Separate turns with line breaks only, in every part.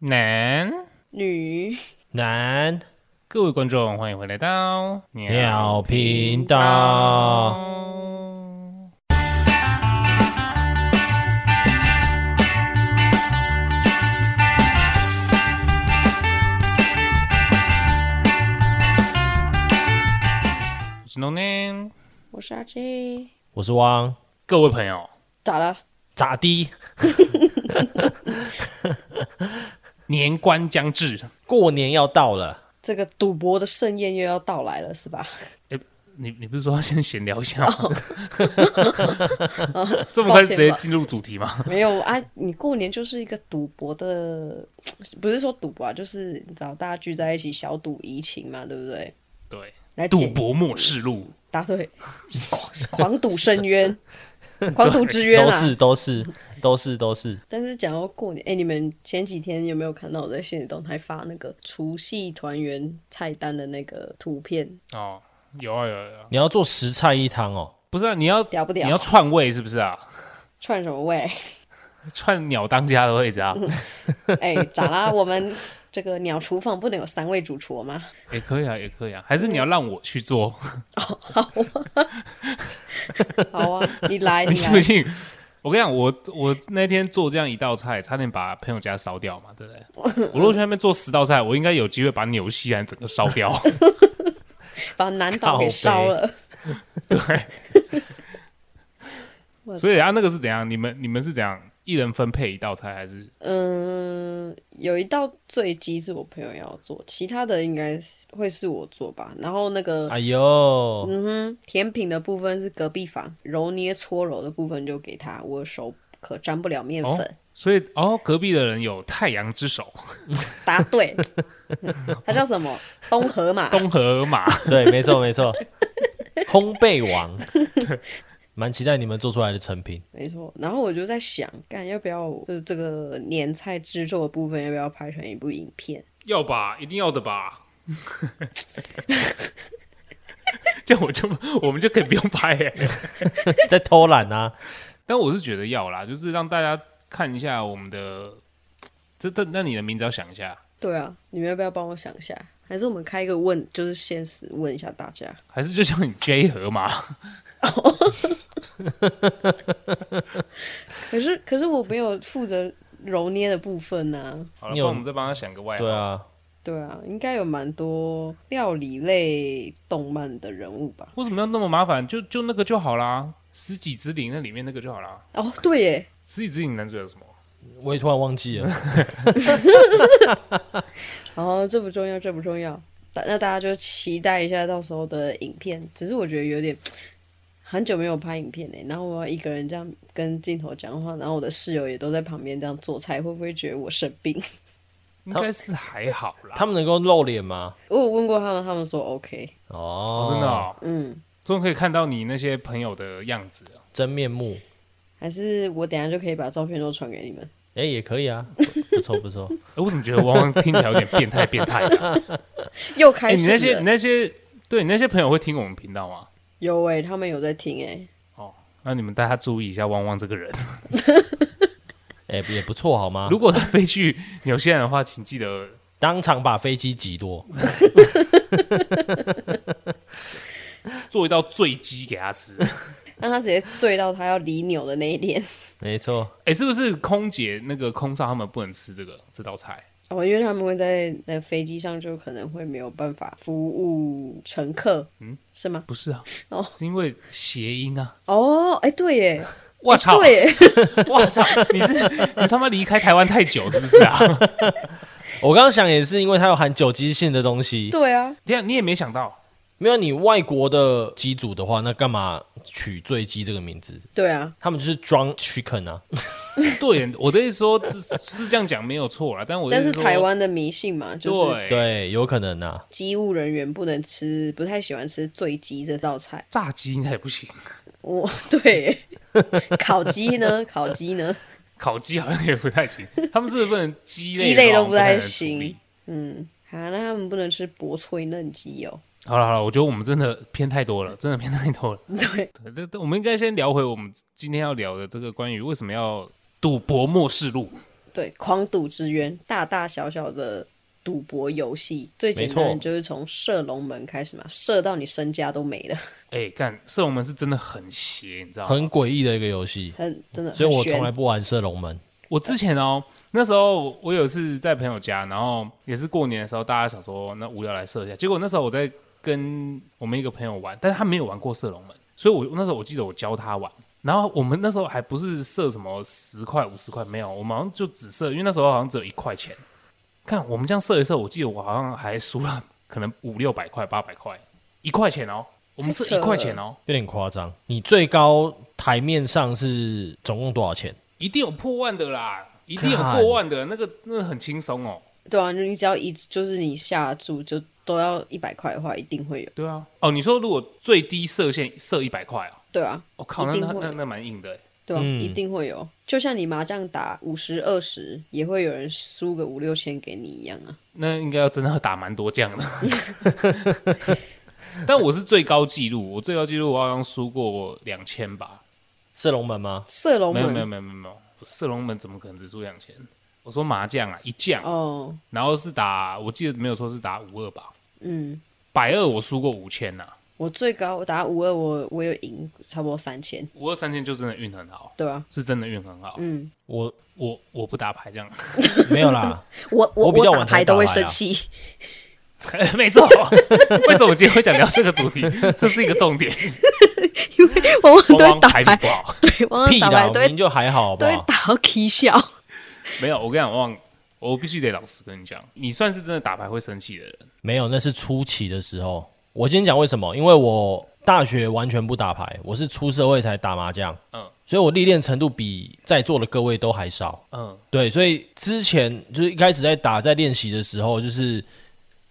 男，
女，
男
各位观众，欢迎回来到
鸟频道。
我是 No Name，
我是阿 J。
我是汪，
各位朋友，
咋了？
咋的？
年关将至，
过年要到了，
这个赌博的盛宴又要到来了，是 吧？
你你不是说要先闲聊一下吗？ 这么快就直接进入主题吗？
没有啊，你过年就是一个赌博的，不是说赌博啊，就是你知道大家聚在一起小赌怡情嘛，对不对？
对，
来
赌
解
博末世录，
答对，狂 狂赌深渊，狂赌之渊
都
啊！
是都是都是都是，
但是讲到过年，哎、你们前几天有没有看到我在现实动态发那个除夕团圆菜单的那个图片？
哦，有啊有啊有啊，
你要做十菜一汤哦，
不是啊，你要
屌不屌
你要串位是不是啊？
串什么味？
串鸟当家的位置啊？
哎、咋啦？我们这个鸟厨房不能有三位主厨吗？
也可以啊，也可以啊，还是你要让我去做？
好啊， 你来，
你
你
信不
来，
信？我跟你讲，我我那天做这样一道菜，差点把朋友家烧掉嘛，对不对？我如果去那边做十道菜，我应该有机会把纽西兰整个烧掉。
把南岛给烧了。
对，
哇塞
所以啊，那个是怎样？你们你们是怎样？一人分配一道菜，还是
嗯，有一道醉鸡是我朋友要做，其他的应该是会是我做吧。然后那个
哎呦，
嗯哼，甜品的部分是隔壁房，揉捏搓揉的部分就给他，我手可沾不了面粉。
所以哦，隔壁的人有太阳之手、
答 对，他叫什么？东河马。
东河马，
对，没错没错，烘焙王，蛮期待你们做出来的成品。
没错，然后我就在想，干要不要就是这个年菜制作的部分，要不要拍成一部影片？
要吧，一定要的吧。 这样我就我们就可以不用拍欸耶、
在偷懒啊，
但我是觉得要啦，就是让大家看一下我们的。这这，那你的名字要想一下，
对啊，你们要不要帮我想一下？还是我们开一个问，就是现实问一下大家，
还是就叫你 J 河马？
可是可是我没有负责揉捏的部分呢、 啊
好了，
你
帮
有
我们再帮他想个外号。
对啊，
对啊，应该有蛮多料理类动漫的人物吧？
为什么要那么麻烦？就就那个就好啦，十几之灵那里面那个就好啦。
哦，对耶，
十几之灵男主有什么？
我也突然忘记了，
然后哦这不重要，这不重要，大那大家就期待一下到时候的影片。只是我觉得有点很久没有拍影片嘞，然后我要一个人这样跟镜头讲话，然后我的室友也都在旁边这样做菜，会不会觉得我生病？
应该是还好啦。
他们能够露脸吗？
我有问过他们，他们说 OK，
哦
哦，真的、哦，
嗯，
终于可以看到你那些朋友的样子了。
真面目，
还是我等一下就可以把照片都传给你们。
哎、也可以啊，不不错不错，
哎我怎么觉得汪汪听起来有点变态变态的？
又
哎、
开
你
始
那些
了
你那些对你那些朋友会听我们频道吗？
有哎、他们有在听哎、
那你们大家注意一下汪汪这个人。
哎、也不错好吗？
如果他飞去纽西兰的话，请记得
当场把飞机挤落，
做一道醉鸡给他吃。
让他直接醉到他要离纽的那一天。
没错，
哎、是不是空姐那个空少他们不能吃这个这道菜？
哦，因为他们会在呃飞机上就可能会没有办法服务乘客，嗯，是吗？
不是啊，
哦
是因为谐音啊。
哦，哎、对耶，
我操！
哎对耶，
我操！你是你他妈离开台湾太久是不是啊？
我刚刚想也是因为它有含酒精性的东西，
对啊，
这样你也没想到，
没有你外国的机组的话，那干嘛取醉鸡这个名字？
对啊，
他们就是 drunk chicken 啊，
对我的意思说是是这样讲没有错啦，但我的意
但
思
是
说
台湾的迷信嘛，就是
对
对，有可能啊，
机务人员不能吃，不太喜欢吃醉鸡这道菜。
炸鸡应该也不行，
我 对耶， 烤鸡呢？烤鸡呢？
烤鸡好像也不太行，他们是不是不能鸡
鸡
类
类
的话
都不太
能处理
行。嗯，啊，那他们不能吃薄脆嫩鸡哦。
好了好了，我觉得我们真的偏太多了，真的偏太多了。
对，
对对对，我们应该先聊回我们今天要聊的这个关于为什么要赌博末世录。
对，狂赌之渊，大大小小的赌博游戏，最简
没
单
错
的就是从射龙门开始嘛，射到你身家都没了，
哎，干射龙门是真的很邪，你知道吗？
很诡异的一个游戏，
很真的很
所以我
悬
从来不玩射龙门。
我之前哦，那时候我有一次在朋友家，然后也是过年的时候，大家想说那无聊来射一下，结果那时候我在跟我们一个朋友玩，但是他没有玩过射龙门，所以我那时候我记得我教他玩。然后我们那时候还不是射什么十块五十块，没有，我们好像就只射，因为那时候好像只有一块钱。看我们这样射一射，我记得我好像还输了，可能五六百块、八百块，一块钱哦，我们
太
是
扯
一块
了
钱哦，
有点夸张。你最高台面上是总共多少钱？
一定有破万的啦，一定有
看
破万的，那个那个很轻松哦。
对啊，你只要一就是你下注就都要一百块的话，一定会有，
对啊，哦，你说如果最低设限设一百块哦，
对啊，
我、靠，那
一定
那
会
那那蛮硬的欸，
对啊，
嗯
一定会有。就像你麻将打五十二十，也会有人输个五六千给你一样啊。
那应该要真的要打蛮多酱的。 但我是最高纪录，我最高纪录我好像输过两千吧，
射龙门吗？
射龙
没有没有
门
没有没有没有，射龙门怎么可能只输两千？我说麻将啊，一将，
哦，
然后是打，我记得没有说是打五二吧，
嗯，
百二我输过五千呐，
我最高打五二，我我有赢差不多三千，
五二三千就真的运很好，
对啊，
是真的运很好。
嗯，
我
我我不打牌这样，
没有啦，
我
我比较
我打
晚才
牌都
打
会
来
生
啊
气，
没错。为什么我今天会想聊这个主 题？这是一个重 点。
往往都
汪
会
汪
打
牌
牌
比，不好，
对， 往往
屁
打牌
啦，
都
我
会
赢就还好，好不
都会
好？
打到 K 笑。
没有。我跟你讲，汪汪，我必须得老实跟你讲，你算是真的打牌会生气的人。
没有，那是初期的时候。我今天讲为什么？因为我大学完全不打牌，我是出社会才打麻将，
嗯
嗯，所以我历练程度比在座的各位都还少。
嗯，
对，所以之前就是一开始在打在练习的时候，就是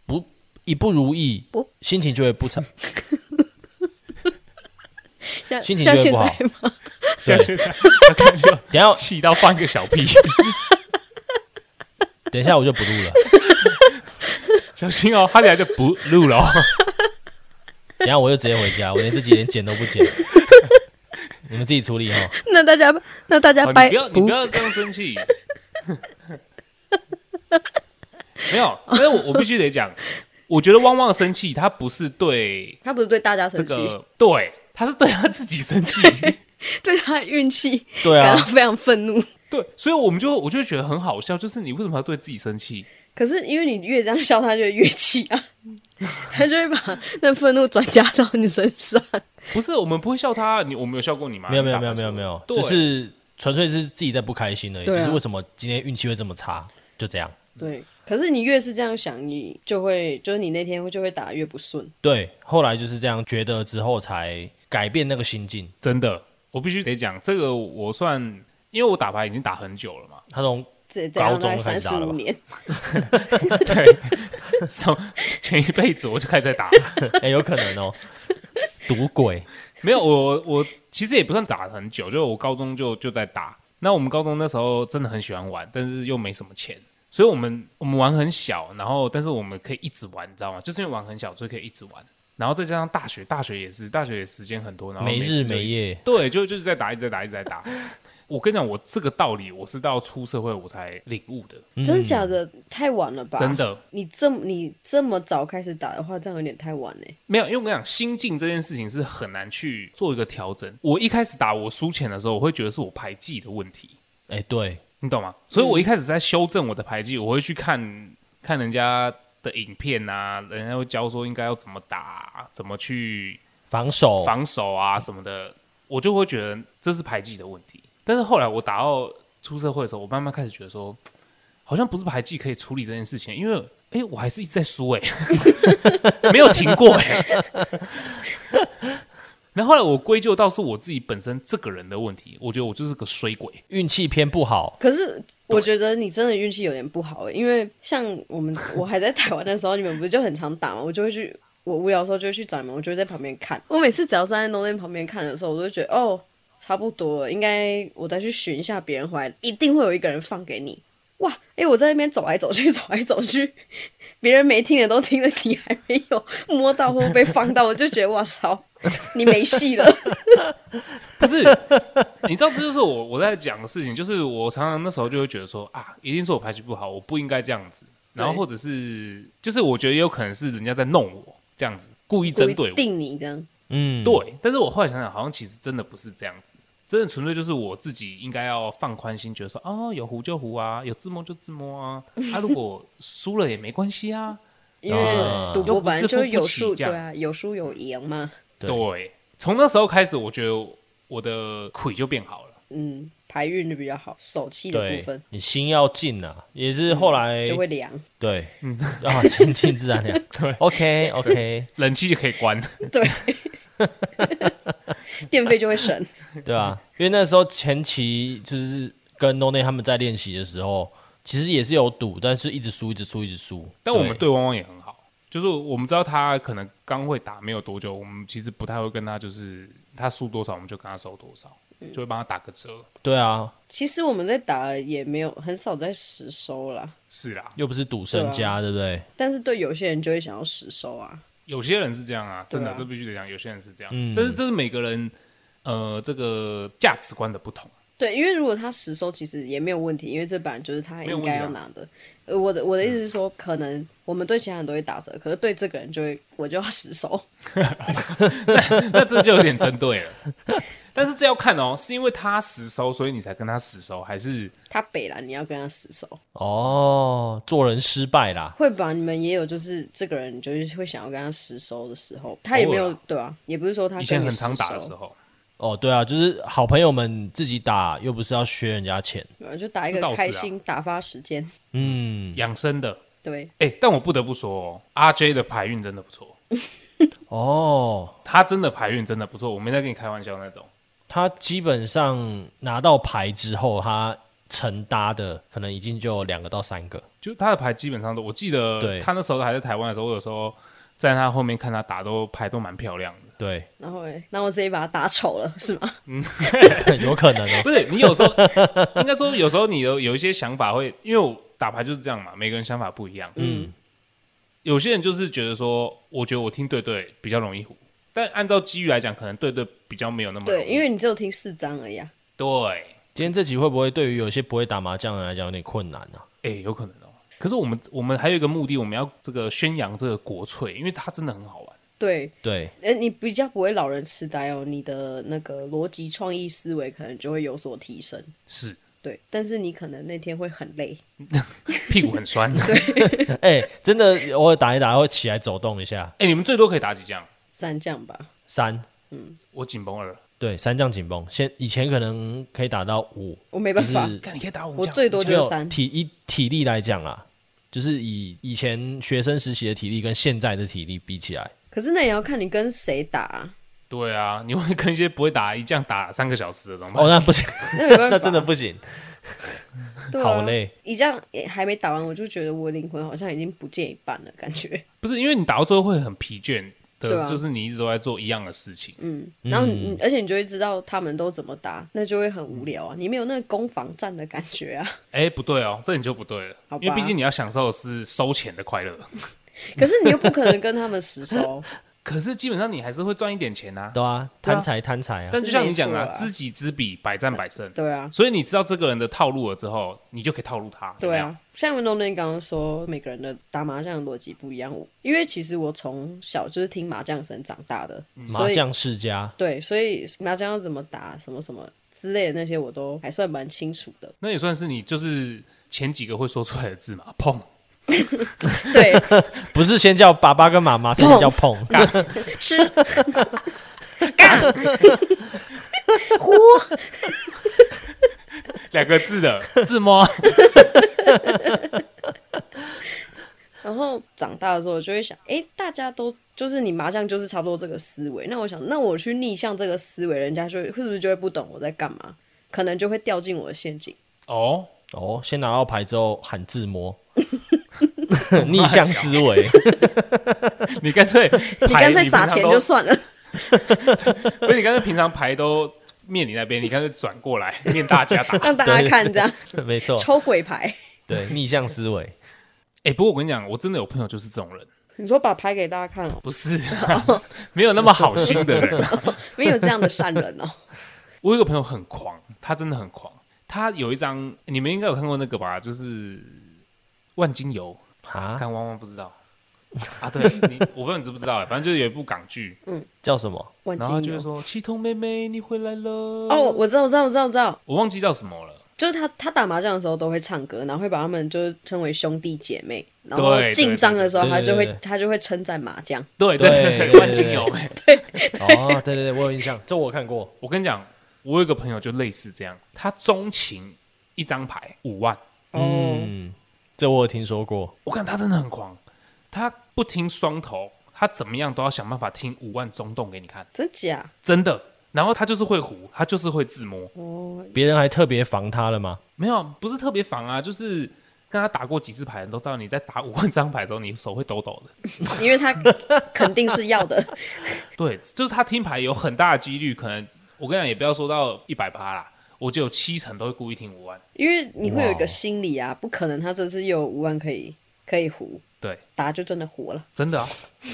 不一不如意
不，
心情就会不差。
像
心情
像
就会
现
不好
在吗？
像现在
等一下
气到放一个小屁，
等一下我就不录了，
小心哦，他俩就不录 了哦。
等一下我就直接回家，我连自己连剪都不剪，你们自己处理哈。
那大家那大家
哦
掰
你不要，你不要这样生气。 没有，因为我我必须得讲，我觉得汪汪的生气，他不是对
他不是对大家
这
生气，
个，对，他是对他自己生 气。
对他的运气
对
感
啊
到，非常愤怒。
对，所以我们就我就觉得很好笑，就是你为什么要对自己生气？
可是因为你越这样笑，他就越气啊， 他就会把那愤怒转嫁到你身上。
不是，我们不会笑他，你我们有笑过你吗？
没有没有
你
没
打
有
牌
没有
的
没
时候
有，就
对
是纯粹是自己在不开心而已，
对啊
就是为什么今天运气会这么差，就这样。
对，可是你越是这样想，你就会就是你那天就会打越不顺。
对，后来就是这样觉得之后才改变那个心境。
真的，我必须得讲这个，我算因为我打牌已经打很久了 嘛，
他从
这这样
高中
大概
开
三
始
十
打了
五
吧
年，
对，从前一辈子我就开始在打，
哎、有可 能哦，赌鬼
没有我我其实也不算打得很久，就我高中就就在打。那我们高中那时候真的很喜欢玩，但是又没什么钱，所以我们我们玩很小，然后但是我们可以一直玩，你知道吗？就是因为玩很小，所以可以一直玩。然后再加上大学，大学也是大学也时间很多，然后
没
事
日
就一
没
直
夜。
对，就就是在打，一直在打，一直在打。我跟你讲，我这个道理我是到出社会我才领悟的，
嗯
真的假的？太晚了吧？
真，的
你这么你这么早开始打的话，这样有点太晚欸嘞。
没有。因为我跟你讲，心境这件事情是很难去做一个调整。我一开始打我输钱的时候，我会觉得是我牌技的问题，
哎、对，
你懂吗？所以我一开始在修正我的牌技，我会去看看人家的影片啊，人家会教说应该要怎么打，怎么去
防守
防守啊什么的，我就会觉得这是排技的问题。但是后来我打到出社会的时候，我慢慢开始觉得说，好像不是排技可以处理这件事情，因为哎、诶我 还是一直在输哎、没有停过哎、 然后后来我归咎到是我自己本身这个人的问题，我觉得我就是个衰鬼。
运气偏不好，
可是我觉得你真的运气有点不好欸，因为像 我们我还在台湾的时候，你们不是就很常打吗？我就会去，我无聊的时候就会去找你们，我就会在旁边看。我每次只要站在 No Name 旁边看的时候，我都会觉得哦，差不多了，应该我再去寻一下别人回来，一定会有一个人放给你。哇，哎、我在那边走来走去，走来走去， 别人没听的都听了，你还没有摸到或被放到，我就觉得哇操，你没戏了。
不是，你知道，这就是我我在讲的事情，就是我常常那时候就会觉得说啊，一定是我排局不好，我不应该这样子，然后
对
或者是就是我觉得也有可能是人家在弄我这样子，故意针
故
对
意
我，
定你这样，
嗯，
对。但是我后来想想，好像其实真的不是这样子，真的纯粹就是我自己应该要放宽心，觉得说哦，有胡就胡啊，有自摸就自摸 啊，啊，如果输了也没关系啊，
因为
啊
赌博本来就是有
又
输，
不是付不起这
对
样
啊，有输有赢嘛。
对
对。从那时候开始，我觉得我的腿就变好了。
嗯，牌运就比较好，手气的部
对
分，嗯
你心要静啊，也是后来
就会凉。
对，
嗯
啊，静静自 然凉，对，OK OK，
冷气可以关，
对，电费就会省。
对啊，因为那时候前期就是跟 No n a 他们在练习的时候，其实也是有赌，但是一直输，一直输，一直输。
但我们对汪汪也很好，就是我们知道他可能刚会打没有多久，我们其实不太会跟他就是他输多少我们就跟他收多少，
嗯
就会帮他打个折。
对啊，
其实我们在打也没有很少在实收啦，
是啦，
又不是赌身家，对不对？
但是对有些人就会想要实收啊。
有些人是这样啊，真的、
对啊
这必须得讲，有些人是这样，
嗯
但是这是每个人呃这个价值观的不同。
对，因为如果他实收，其实也没有问题，因为这本来就是他应
啊
该要拿的。呃，我的我的意思
嗯
是说，可能我们对其他人都会打折，可是对这个人就会我就要实收。
那这就有点针对了。 但是这要看哦，是因为他实收，所以你才跟他实收，还是
他北蓝，你要跟他实收，
哦，做人失败啦，
会吧？你们也有就是这个人，你就是会想要跟他实收的时候，他也
偶
没有
尔啊
对啊，也不是说他
以前
跟
很
你
常
实
打的
收
时候，
哦，对啊，就是好朋友们自己打，又不是要削人家钱。
对啊就打一
这
个
倒是啊
开心打发时间。
嗯，
养生的。
对，
哎、但我不得不说、哦、，RJ 的牌运真的不错。
哦，
他真的牌运真的不错，我没在跟你开玩笑那种。
他基本上拿到牌之后，他承搭的可能已经就有两个到三个。
就他的牌基本上都，我记得
对
他那时候还在台湾的时候，我有时候在他后面看他打，都牌都蛮漂亮的。
对，
然后嘞，那我直接把他打丑了是吗？
有可能哦。
不是你有 时候应该说有时候你有有一些想法会，因为我打牌就是这样嘛，每个人想法不一样。
嗯，
有些人就是觉得说，我觉得我听对对比较容易胡，但按照机遇来讲，可能对对比较没有那么容
对，
易
因为你只有听四张而已啊。
对，
今天这集会不会对于有些不会打麻将的人来讲有点困难啊？
哎、有可能哦。可是我们我们还有一个目的，我们要这个宣扬这个国粹，因为它真的很好玩。
对，
对，
呃，你比较不会老人痴呆哦，你的那个逻辑创意思维可能就会有所提升。
是
对，但是你可能那天会很累，
屁股很酸。哎、
哎、真的偶尔打一打会起来走动一下，
哎你们最多可以打几将？
三将吧。
三。
我紧绷二，
对，三将紧绷，先以前可能可以打到五，
我没办法，
就是
看你可以打五
我
将
最多
没
就是
有
三。
体以体力来讲啦，就是以以前学生时期的体力跟现在的体力比起来，
可是那也要看你跟谁打、啊，
对啊，你会跟一些不会打一将打三个小时的怎么办？
哦，那不行，
那没 办法，
那真的不行，
对、啊、
好。累。
一将也还没打完，我就觉得我灵魂好像已经不见一半了，感觉。
不是因为你打到最后会很疲倦
对
的，
啊
就是你一直都在做一样的事情。
嗯，然后你、而且你就会知道他们都怎么打，那就会很无聊啊，你没有那个攻防战的感觉 啊。
哎、不对哦，这你就不对了
好，吧
因为毕竟你要享受的是收钱的快乐。
可是你又不可能跟他们实 收，
可是基本上你还是会赚一点钱啊。
对啊，
对啊
贪财贪财啊！
但就像你讲
是没
啊，
错啊
知己知彼，百战百胜。
对啊，
所以你知道这个人的套路了之后，你就可以套路他。有
对
没有，
啊。像 n o n 刚刚说，每个人的打麻将的逻辑不一样，我因为其实我从小就是听麻将声长大的，
嗯麻
所以
将世家，
对，所以麻将要怎么打，什么什么之类的那些，我都还算蛮清楚的。
那也算是你就是前几个会说出来的字嘛，碰。
对，
不是先叫爸爸跟 妈妈，是先叫碰。
吃，干，呼，
两个字的自摸，
然后长大的时候，我就会想，诶，大家都就是你麻将就是差不多这个思维。那我想，那我去逆向这个思维，人家就会是不是就会不懂我在干嘛？可能就会掉进我的陷阱。
哦，
哦，先拿到牌之后喊自 摸，逆向思维。
你干脆
你
哎你
干脆撒钱就 算了。
不是你干脆平常牌都面你那边，你干脆转过来面大家打。
让大家看这样
没
哦
错，
抽鬼牌，
对，逆向思维。
哎、不过我跟你讲，我真的有朋友就是这种人，
你说把牌给大家看哦，
不是、啊，没有那么好心的人。
没有这样的善人哦。
我有一个朋友很狂，他真的很狂。他有一张，你们应该有看过那个吧？就是万金油，
啊，
看汪汪不知道啊？对，你我不知道你知不知道、欸，反正就是有一部港剧，
叫什么？
万
然后他
金
就
油
会说：“七筒妹妹，你回来了。”
哦，我知道，我知道，我知道，我知道，
我忘记叫什么了。
就是他，他打麻将的时候都会唱歌，然后会把他们就是称为兄弟姐妹，然后
对对
进张的时候，
对
他
对
就
对
会
对
他就会称赞麻将。
对
对对对
万金油、欸。
哦，对对对，我有印象，这我看过。
我跟你讲，我有一个朋友就类似这样，他钟情一张牌五万，
哦，
嗯，这我有听说过。
我看他真的很狂，他不听双头，他怎么样都要想办法听五万中洞给你看，
真假？
真的。然后他就是会胡，他就是会自摸，
哦，
别人还特别防他了吗？
没有不是特别防啊，就是跟他打过几次牌的人都知道，你在打五万张牌的时候，你手会抖抖的。
因为他肯定是要 的。
对，就是他听牌有很大的几率，可能我跟你讲，也不要说到一百趴啦，我就有七成都会故意听五万。
因为你会有一
哇哦
个心理啊，不可能他这次又有五万可以可以胡，
对，
打就真的胡了。
真的啊！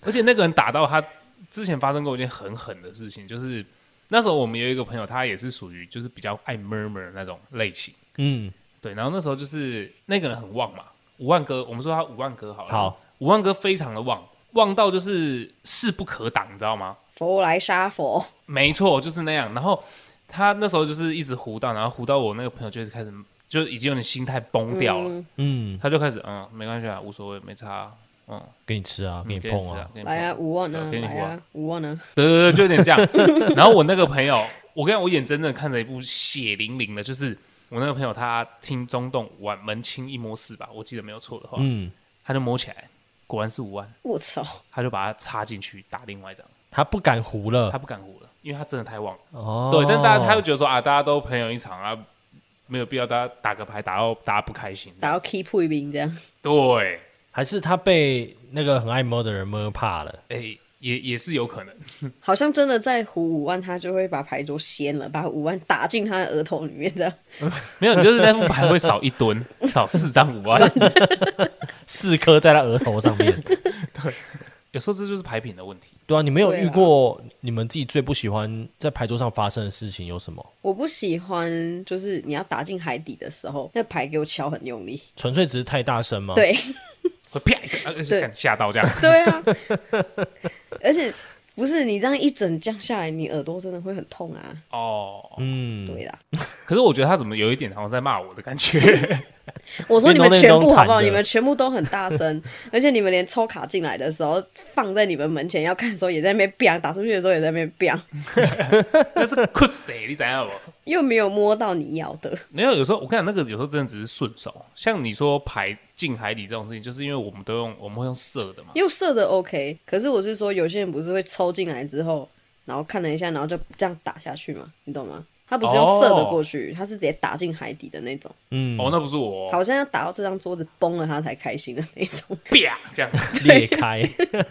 而且那个人打到他之前发生过一件很狠的事情，就是那时候我们有一个朋友，他也是属于就是比较爱 murmur 那种类型。
嗯，
对，然后那时候就是那个人很旺嘛，五万哥，我们说他五万哥好了，
好，
五万哥非常的旺，旺到就是势不可挡，你知道吗？
佛来杀佛，
没错，就是那样。然后他那时候就是一直胡到，然后胡到我那个朋友就是开始就已经有点心态崩掉了，
嗯，
嗯，
他就开始嗯，没关系啊，无所谓，没差啊、嗯，
给你吃啊，给你
给
碰
吃
啊，
给你碰
来啊，五万啊，
给你
来啊，五万啊，
对对对，就有点这样。 然后我那个朋友，我跟你讲我眼睁睁地看着一部血淋淋的，就是我那个朋友他听中洞五万门清一摸四吧，我记得没有错的话，
嗯，
他就摸起来，果然是五万，
我操，
他就把它插进去打另外一张，
他不敢胡
他
了。
不敢胡了，因为他真的太旺了。
哦，
对，但大家他又觉得说啊，大家都朋友一场啊，没有必要大家打个牌打到大家不开心。
打到 keep 一兵这样，
对，
还是他被那个很爱摸的人摸怕了。
哎、也也是有可能。
好像真的在胡五万，他就会把牌桌掀了，把五万打进他的额头里面这样。
没有，你就是那副牌会少一吨，少四张五万。
四颗在他额头上 面。
有时候这就是牌品的问题。
对啊，你没有
对
遇
啦
过
啊
你们自己最不喜欢在牌桌上发生的事情有什么？
我不喜欢，就是你要打进海底的时候，那牌给我敲很用力。
纯粹只是太大声吗？，
对
会啪一声，而且
对
干吓到这 样。
对啊，而且不是你这样一整降下来，你耳朵真的会很痛啊。
哦，
嗯，
对啦，
可是我觉得他怎么有一点好像在骂我的感 觉？
我说你们全部好不
运动内
好？
容弹的
你们全部都很大声，而且你们连抽卡进来的时候放在你们门前要看的时候也在那边 biang，打出去的时候也在那边 biang，
那是酷谁？你怎样不？
又没有摸到你要的。
没有，有时候我跟你讲，那个有时候真的只是顺手。像你说排进海底这种事情，就是因为我们都用我们会用射的嘛。
用色的 OK，可是我是说，有些人不是会抽进来之后，然后看了一下，然后就这样打下去嘛，你懂吗？他不是用色的过去，他是直接打进海底的那种，
嗯，
哦，那不是我哦，
好像要打到这张桌子崩了他才开心的那种。
啪这样。
裂开。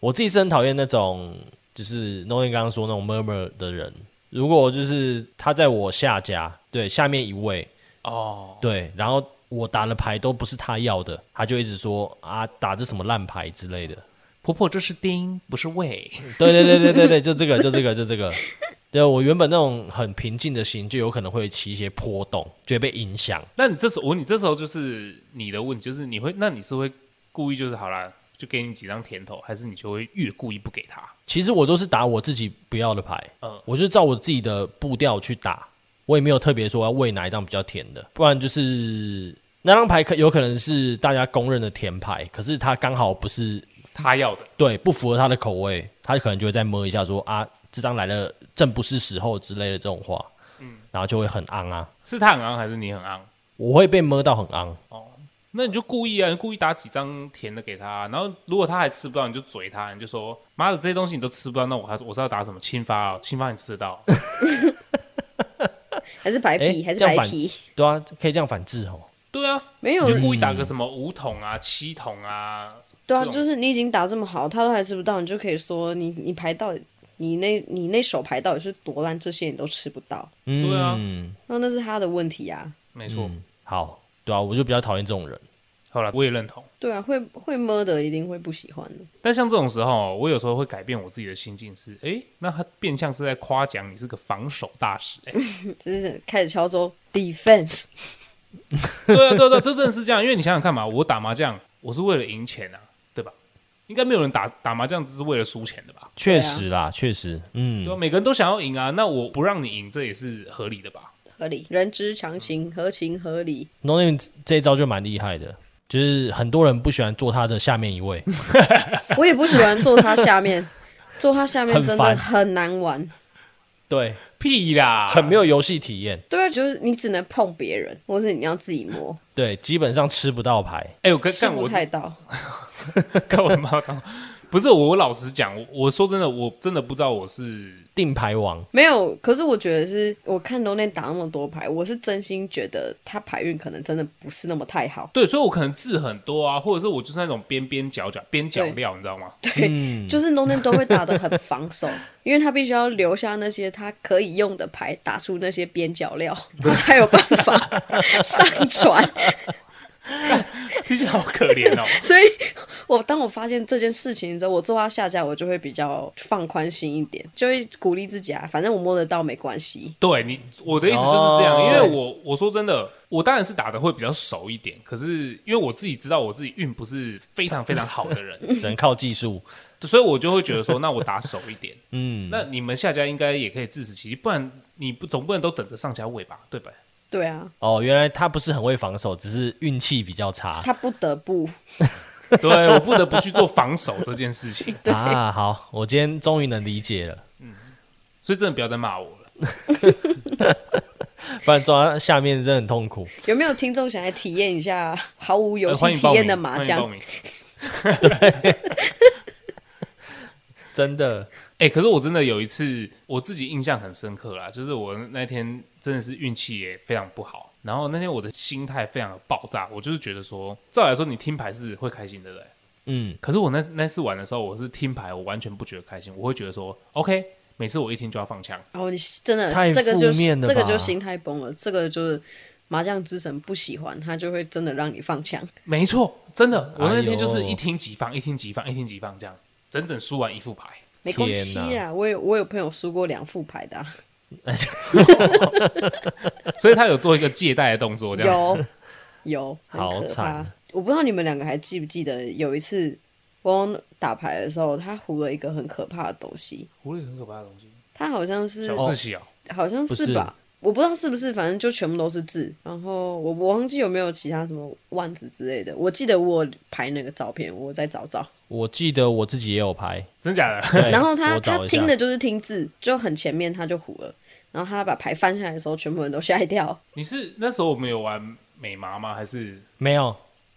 我自己是很讨厌那种，就是 n o n 刚刚说那种 murmur 的人。如果就是他在我下家，对下面一位，
哦，
对，然后我打的牌都不是他要的，他就一直说啊打这什么烂牌之类的。
婆婆这是丁，不是胃。
对对对对对对，就这个，就这个，就这个。对我原本那种很平静的心，就有可能会起一些波动，就会被影响。
那你这时候我你这时候就是你的问题，就是你会那你是会故意就是好啦，就给你几张甜头，还是你就会越故意不给他？
其实我都是打我自己不要的牌，
嗯
我就照我自己的步调去打，我也没有特别说要喂哪一张比较甜的，不然就是那张牌可有可能是大家公认的甜牌，可是它刚好不是
他要的
对不符合他的口味，他可能就会再摸一下说啊这张来了正不是时候之类的这种话，
嗯
然后就会很昂啊，
是他很昂还是你很昂？
我会被摸到很昂。
那你就故意啊，你故意打几张甜的给他，然后如果他还吃不到，你就嘴他，你就说：“妈的，这些东西你都吃不到，那我还是我是要打什么青发哦，青发你吃得到，
还是白皮，
诶
还是
这样
白
反
皮？
对啊，可以这样反制哦。
对啊，
没有
你，就故意打个什么五桶啊、七桶啊，
对啊，
这种
就是你已经打这么好，他都还吃不到，你就可以说你你牌到底，你那你那手牌到底是多烂，这些你都吃不到，
嗯，
对啊
嗯，
那那是他的问题啊。
没错，
好，对啊，我就比较讨厌这种人。
好了，我也认同。
对啊，会会摸的一定会不喜欢的。
但像这种时候，我有时候会改变我自己的心境是，诶，那他变相是在夸奖你是个防守大师。诶，
就是开始敲周 defense，
对啊，对啊，对啊，这真的是这样，因为你想想看嘛，我打麻将，我是为了赢钱啊，对吧？应该没有人打打麻将只是为了输钱的吧？
确实啦，确实，嗯
对，吧？每个人都想要赢啊，那我不让你赢，这也是合理的吧？
合理，人之常情，合情合理。
No Name 这一招就蛮厉害的，就是很多人不喜欢做他的下面一位，
我也不喜欢坐他下面， 坐他下面
很
真
烦
的很难玩。
对，
屁啦，
很没有游戏体验，
对啊，就是你只能碰别人，或是你要自己摸，
对，基本上吃不到牌。
哎、我跟
吃
干
不
我
太到。
干我的妈脏话，不是我，我老实讲，我我说真的，我真的不知道我是
定牌 王，
没有，可是我觉得是，我看 No Name 打那么多牌，我是真心觉得他牌运可能真的不是那么太好。
对，所以我可能字很多啊，或者是我就是那种边边角角边角
对
料，你知道吗？
对，
嗯
就是 No Name 都会打得很防守， 因为他必须要留下那些他可以用的牌，打出那些边角 料，他才有办法上传。
听起来好可怜 哦。
所以我当我发现这件事情之后，我做他下架，我就会比较放宽心一点，就会鼓励自己啊，反正我摸得到没关系。
对你，我的意思就是这样，
哦
因为我我说真的，我当然是打的会比较熟一点，可是因为我自己知道我自己运不是非常非常好的人，
只能靠技术。
所以我就会觉得说，那我打熟一点。
嗯，
那你们下家应该也可以自食其力，不然你不总不能都等着上家位吧，对吧？
对啊，
哦，原来他不是很会防守，只是运气比较差
他不得不
对我不得不去做防守这件事情，
对
啊。好，我今天终于能理解 了，
所以真的不要再骂我了。
不然抓下面真的很痛苦。
有没有听众想来体验一下毫无游
呃
戏
欢迎
体
报
验
名
的麻
欢迎报
将？
名。
真的，
哎、可是我真的有一次，我自己印象很深刻啦，就是我那天真的是运气也非常不好，然后那天我的心态非常的爆炸，我就是觉得说，照理来说你听牌是会开心的，对不对？
嗯，
可是我那那次玩的时候，我是听牌，我完全不觉得开心，我会觉得说，OK，每次我一听就要放枪，
哦，你真的
太
这个就
负面了吧
这个就心态崩了，这个就是麻将之神不喜欢，他就会真的让你放枪。
没错，真的，我那
哎呦
天就是一听即放，一听即放，一听即放这样，整整输完一副牌。
没关系
天
啊，我有我有朋友输过两副牌的、啊，
所以他有做一个借贷的动作，这样子。
有有，很
好
可怕
惨。
我不知道你们两个还记不记得有一次汪打牌的时候，他胡了一个很可怕的东西，
狐狸很可怕的东西，
他好像是
小
哦
自己哦，
好像
不是
是吧？我不知道是不是，反正就全部都是字。然后我我忘记有没有其他什么万字之类的。我记得我有拍那个照片，我再找找。
我记得我自己也有牌，
真假的？
对
然后他
哎我找
他
一下
听的就是听字，就很前面他就糊了。然后他把牌翻下来的时候，全部人都吓一跳。
你是那时候我们有玩美麻吗？还是
没有，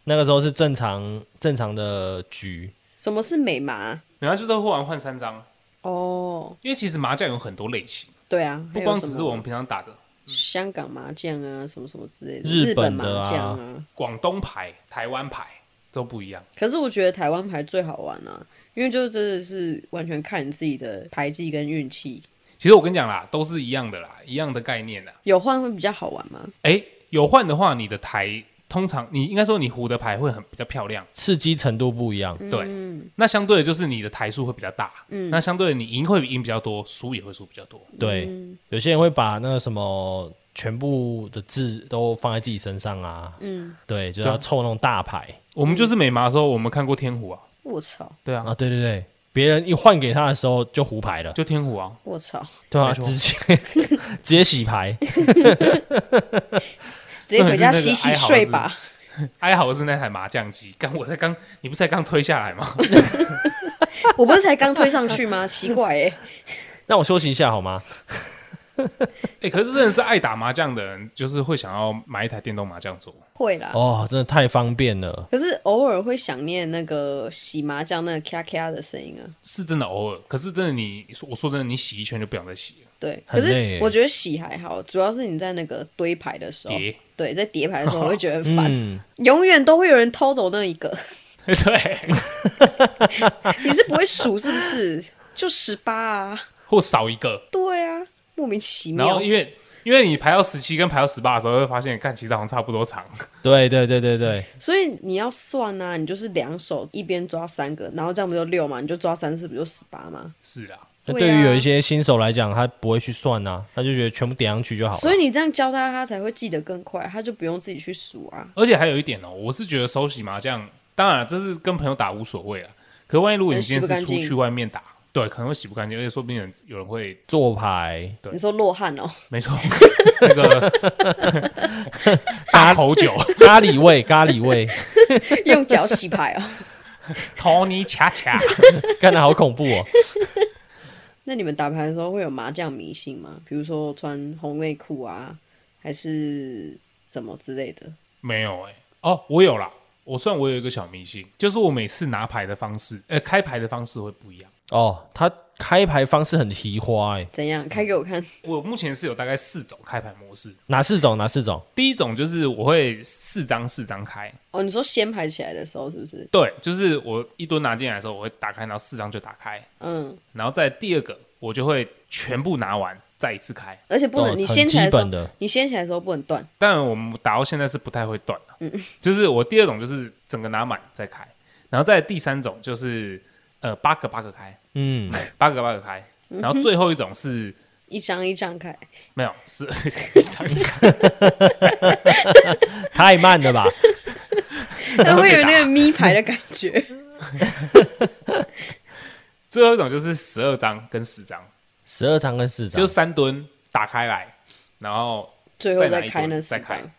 那个时候是正常正常的局，
什么是美麻？
然后啊就是忽然换三张，
哦，
因为其实麻将有很多类型，
对啊，
不
还有
光
什
只是
么
我们平常打的
香港麻将啊，什么什么之类的，
日
日
本
麻
的啊
将啊。
广东牌、台湾牌都不一样。
可是我觉得台湾牌最好玩啊，因为就真的是完全看你自己的牌技跟运气，
其实我跟你讲啦，都是一样的啦，一样的概念啦。
有换会比较好玩吗？
诶，有换的话，你的台通常你应该说你胡的牌会很比较漂亮，
刺激程度不一样。
对。那相对的就是你的台数会比较大，那相对的你赢会赢比较多，输也会输比较多。
对，
嗯
有些人会把那个什么全部的字都放在自己身上啊，嗯，对，就是要凑那种大牌
我们就是美麻的时候，我们看过天胡啊，
我操，
对啊，
啊，对对对，别人一换给他的时候就胡牌了，
就天胡啊，
我 操，
对啊，
没错
直接直接 洗牌，
直接回家洗洗睡吧。
哀嚎的是那台麻将机，刚我才刚，你不是才刚推下来吗？
我不是才刚推上去吗？ 奇怪哎、
让我休息一下好吗？
哎、可是真的是爱打麻将的人，就是会想要买一台电动麻将桌。
会啦。
哦，真的太方便了，
可是偶尔会想念那个洗麻将那个咔咔的声音啊，
是真的偶尔，可是真的你，我说真的，你洗一圈就不想再洗了，
对。
很
可
累
是
欸
我觉得洗还好，主要是你在那个堆牌的时候，
叠、
对，在叠牌的时 候我会觉得很烦，
嗯，
永远都会有人偷走那一个。
对，
你是不会数是不 是？就十八啊，
或少一个，
对啊，莫名其
然
妙
后。因为因为你排到十七跟排到十八的时候，会发现，看其实好像差不多长。
对对对对对，
所以你要算啊，你就是两手一边抓三个，然后这样不就六嘛？你就抓三次，不就十八吗？
是啊，
那
对啊
对于有一些新手来讲，他不会去算呐、他就觉得全部点上去就好了。
所以你这样教他，他才会记得更快，他就不用自己去数啊。
而且还有一点哦，我是觉得手洗麻将，当然了这是跟朋友打无所谓啊。可万一如果你今天是出去外面打，对，可能会洗不干净，而且说不定有人有人会，
做牌
对
你说洛汗 哦，
没错，那个大口酒，
咖喱味， 咖喱味，
用脚洗牌哦。
头泥恰恰。
看的好恐怖哦。
那你们打牌的时候会有麻将迷信吗？比如说穿红内裤啊，还是怎么之类的？
没有哎、哦，我有啦，我算我有一个小迷信，就是我每次拿牌的方式，呃，开牌的方式会不一样。
哦，他开牌方式很提花哎、
怎样？开给我
嗯
看。
我目前是有大概四种开牌模式，
哪四种？哪四种？
第一种就是我会四张四张开，
哦，你说先排起来的时候是不是？
对，就是我一蹲拿进来的时候，我会打开，然后四张就打开，
嗯，
然后再第二个我就会全部拿完再一次开。
而且不能，
哦
你
很
掀起来的
基
时
本
候，
的
你掀起来的时候不能断。
但我们打到现在是不太会断了、就是我第二种就是整个拿满再开，然后再第三种就是呃八个八个开，
嗯，
八个八个开，然后最后一种是。
一张一张开，
没有， 是
太慢了吧？
它会 有那个咪牌的感觉。
最后一种就是十二张跟十张，
十二张跟四张，
就是三吨打开来，然后
最后
再拿一
开
堆
那
再
四
开
张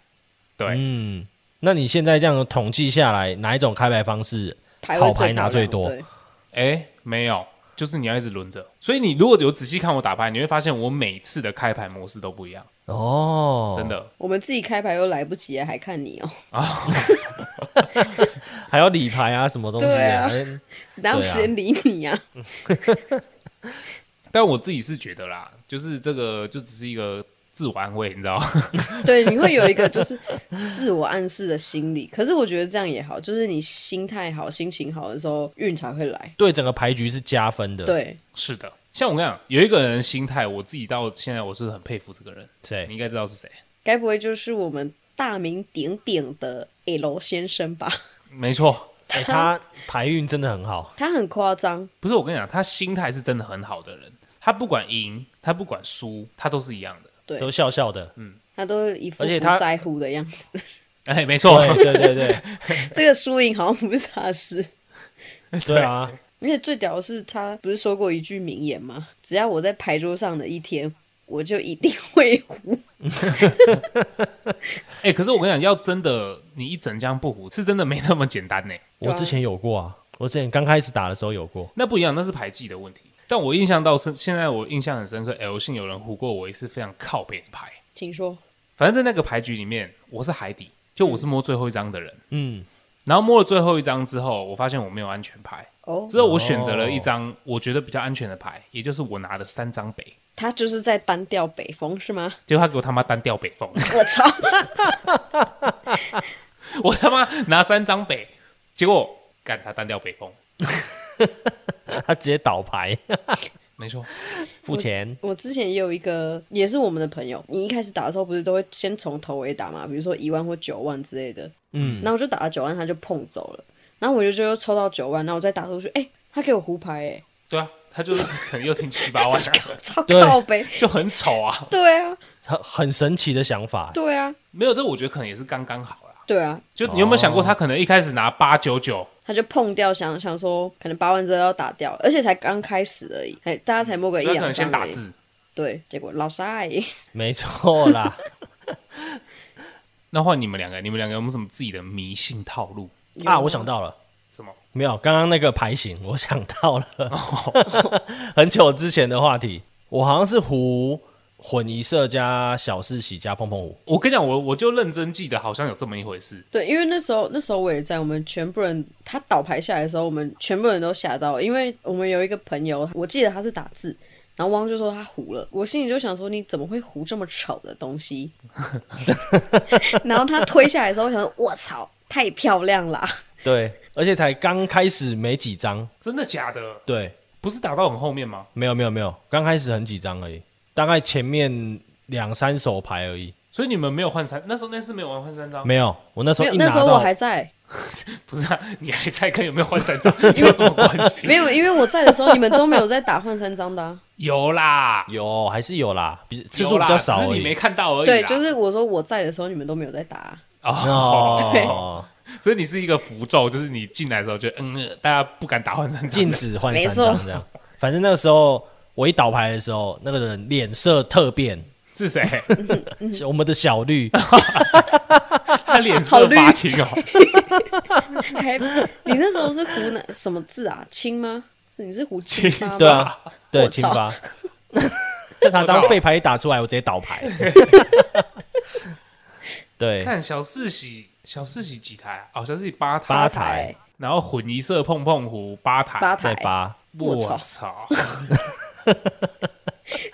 对、
嗯。那你现在这样统计下来，哪一种开牌方式？
牌会
好牌
最
拿
漂
最
亮
多
对
诶，没有，就是你要一直轮着。所以你如果有仔细看我打牌，你会发现我每次的开牌模式都不一样，
哦，
真的。
我们自己开牌又来不及了，还看 你哦、
还有理牌啊，什么东西啊？
哪有时间理你啊？
但我自己是觉得啦，就是这个就只是一个自我安慰，你知道吗？
对，你会有一个就是自我暗示的心理。可是我觉得这样也好，就是你心态好、心情好的时候，运才会来。
对整个牌局是加分的。，
对，
是的，像我跟你讲，有一个人的心态，我自己到现在我是很佩服这个人，你
谁？
应该知道是谁。
该不会就是我们大名鼎鼎的 L 先生吧？
没错，
哎他牌运真的很好，
他很夸张，
不是我跟你讲，他心态是真的很好的人，他不管赢，他不管输，他都是一样的。
对
都笑笑的。
嗯
他都一副
而且
不
他
在乎的样子。
哎，没错，
对对 对
啊
对
这个输赢好像不是他的事。
对啊！
而且最屌的是，他不是说过一句名言吗？只要我在牌桌上的一天，我就一定会 胡。
哎、可是我跟你讲，要真的你一整江不胡，是真的没那么简单呢。
对
我
啊
之前有过啊，我之前刚开始打的时候有过。
那不一样，那是牌技的问题。但我印象到是，现在我印象很深刻，L 姓有人胡过我一次非常靠北的牌。
请说，
反正在那个牌局里面，我是海底，就我是摸最后一张的人。
嗯，
然后摸了最后一张之后，我发现我没有安全牌，
哦，
之后我选择了一张我觉得比较安全的牌，也就是我拿的三张北。
他就是在单调北风是吗？
结果他给我他妈单调北风，
我操！
我他妈拿三张北，结果干他单调北风，
他直接倒牌
没错，
付钱。
我之前也有一个，也是我们的朋友。你一开始打的时候，不是都会先从头尾打嘛？比如说一万或九万之类的。嗯，然后我就打了九万，他就碰走了。然后我就就又抽到九万，然后我再打出去，哎、他给我胡牌、哎，
对啊，他就是可能又听七八万、啊。
超
对
靠背。
就很丑啊。
对啊，
很很神奇的想法，
对啊，
没有，这我觉得可能也是刚刚好啦。
对啊，
就你有没有想过，他可能一开始拿八九九，
他就碰掉，想想说可能八万之后要打掉，而且才刚开始而已，哎，大家才摸个
嗯所
一
以他
两
可能
张
先打
而已
字。
对，结果老沙而已。
没错啦。
那换你们两个，你们两个有没有什么自己的迷信套路？
啊，我想到了，
什么？
没有，刚刚那个牌型， 我想到了，
哦
很久之前的话题，我好像是胡混一色加小世喜加碰碰胡，
我跟你讲，我我就认真记得，好像有这么一回事。
对，因为那时候那时候我也在，我们全部人他倒牌下来的时候，我们全部人都吓到，因为我们有一个朋友，我记得他是打字，然后汪就说他糊了，我心里就想说你怎么会糊这么丑的东西？ 然后他推下来的时候，我想说我操，太漂亮 啦！
对，而且才刚开始没几张，
真的假的？
对，
不是打到很后面吗？
没有没有没有，刚开始很几张而已，大概前面两三手牌而已，
所以你们没有换三，那时候那次没有玩换三张，
没有。我那时
没有，
候一
那
拿
时候我
到，
还在，
不是啊？你还在跟有没有换三张 有什么关系？
没有，因为我在的时候你们都没有在打换三张的、啊。
有啦，
有还是有啦，比次数
有
比
啦
较少
只
而
是你没
已。
看到而已啦。
对，就是我说我在的时候你们都没有在打啊、
哦，
哦，
所以你是一个符咒，就是你进来的时候就嗯，呃大家不敢打换三张，
禁止换
没
三
错
张这样。反正那个时候我一倒牌的时候，那个人脸色特变，
是 谁？
嗯
我们的 小绿
他脸色发青哦，
还你那时候是湖南什么字啊？青吗？是你是胡青 发吗？
对啊，对
我
青
操
发，他当废牌一打出来，我直接倒牌。对，
看小四喜，小四喜几台啊？哦，小四喜八台，
八
八
台
台
然后混一色碰碰胡八台，
八
再
台，
八，
我
我
操！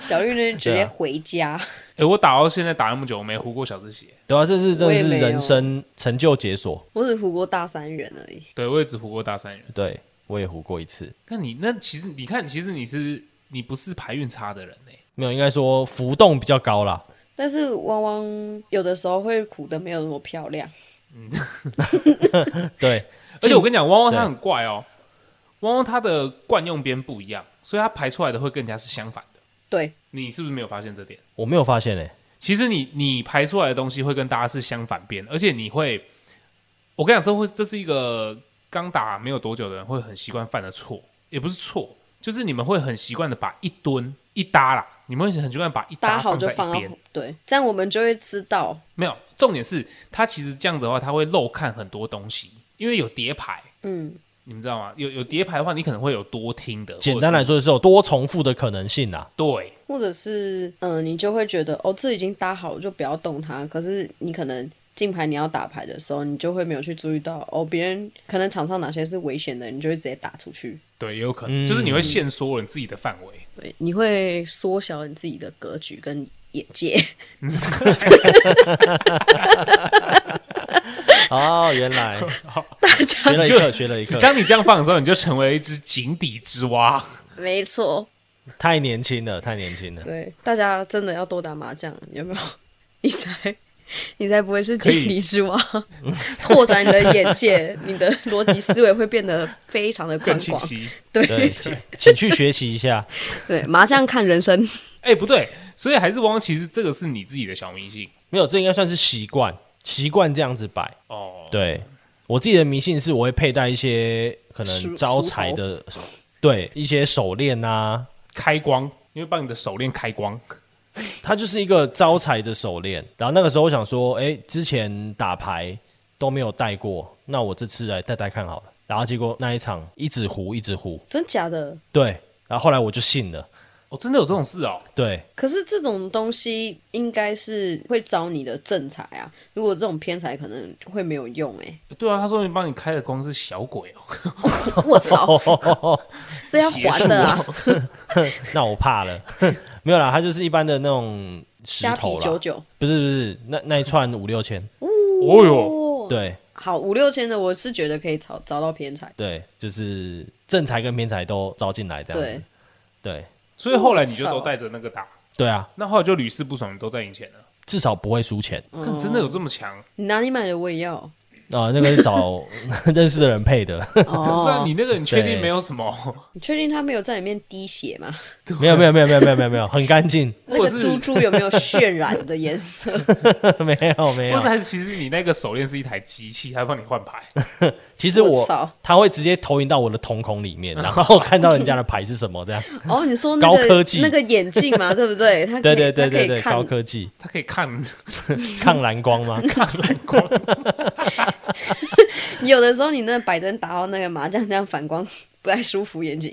小玉那就直
对
接
啊
回家。
哎，我打到现在打那么久，我没胡过小四喜。
对啊，这是真
我
的
也
是
没有
人生成就解锁。
我只胡过大三元而已。
对，我也只胡过大三元。
对我也胡过一次，
那你那其实你看，其实你是你不是牌运差的人呢、
没有，应该说浮动比较高啦。
但是汪汪有的时候会胡的没有那么漂亮，
对，
而且我跟你讲，汪汪它
对
很怪哦，汪汪它的惯用边不一样，所以它排出来的会跟人家是相反的。
对，
你是不是没有发现这点？
我没有发现欸诶、
其实你你排出来的东西会跟大家是相反边，而且你会，我跟你讲，这会这是一个刚打没有多久的人会很习惯犯的错，也不是错，就是你们会很习惯的把一吨一搭啦，你们会很习惯把一
搭
搭
好
放
就
在
放
一
到
边，
对，这样我们就会知道
没有，重点是它其实这样子的话，它会漏看很多东西，因为有叠牌，
嗯，
你们知道吗？有有叠牌的话，你可能会有多听的，
简单来
或者是，
说就是有多重复的可能性啊啦。
对，
或者是嗯、呃你就会觉得哦，这已经搭好了，就不要动它。可是你可能进牌你要打牌的时候，你就会没有去注意到哦，别人可能场上哪些是危险的，你就会直接打出去。
对，也有可能，就是你会限缩了你自己的范围。
对，你会缩小你自己的格局跟眼界。
哦，原来
大
学了一
就
课，学了一课，
当你这样放的时候，你就成为一只井底之 蛙。
没错，
太年轻了，太年轻了。
对，大家真的要多打麻将，有 没有？你才你才不会是
可
井
以
底之蛙， 拓展你的眼界，你的逻辑思维会变得非常的宽
更清
广。
晰。
对，
对
请请去学习一下。
对，麻将看人生，
哎、不对，所以还是汪，其实这个是你自己的小迷信
没有，这应该算是习惯，习惯这样子摆。
哦。
对我自己的迷信是，我会佩戴一些可能
梳
招财的，对一些手链啊，
开光，因为帮你的手链开光。
它就是一个招财的手链。然后那个时候我想说，哎，之前打牌都没有戴过，那我这次来戴戴看好了。然后结果那一场一直胡一直胡，
真假的？
对，然后后来我就信了，
哦，真的有这种事哦？
对，
可是这种东西应该是会招你的正财啊，如果这种偏财可能会没有用哎、
对啊，他说明帮你开的光是小鬼哦。
我
哦
操，这要还的 啊！
那我怕了，没有啦，它就是一般的那种石
虾
头
皮九
啦，
九，
不是不是，那那一
嗯
串五六千，
哦哟，
哦，
对
好五六千的，我是觉得可以找找到偏财。
对，就是正财跟偏财都招进来这样子，对
所以后来你就都带着那个打，
对啊，
那后来就屡试不爽，你都在赢钱了。
至少不会输钱
看，真的有这么强？
你哪里买的我也要。
啊、那个是 找认识的人配的，
可是啊
哦，
你那个，你确
对
定没有什么？
你确定他没有在里面滴血吗？
没有没有没有没有没有没有没有，很 干净，
那个
是
珠珠有没有渲染的颜色？
没有没
或
有
是，还是其实你那个手链是一台机器，它帮你换 牌？
其实
我
我
操
他会直接投影到我的瞳孔 里面，然后看到人家的牌是什么这样，
哦，你说那
高科
个
技
那个眼镜 嘛，对不对？它可
对
以
对对对对，
它
高
可以看
科 技
它可以看
抗蓝光吗？
你有的时候你那摆灯打到那个麻将这样反光不太舒服眼睛。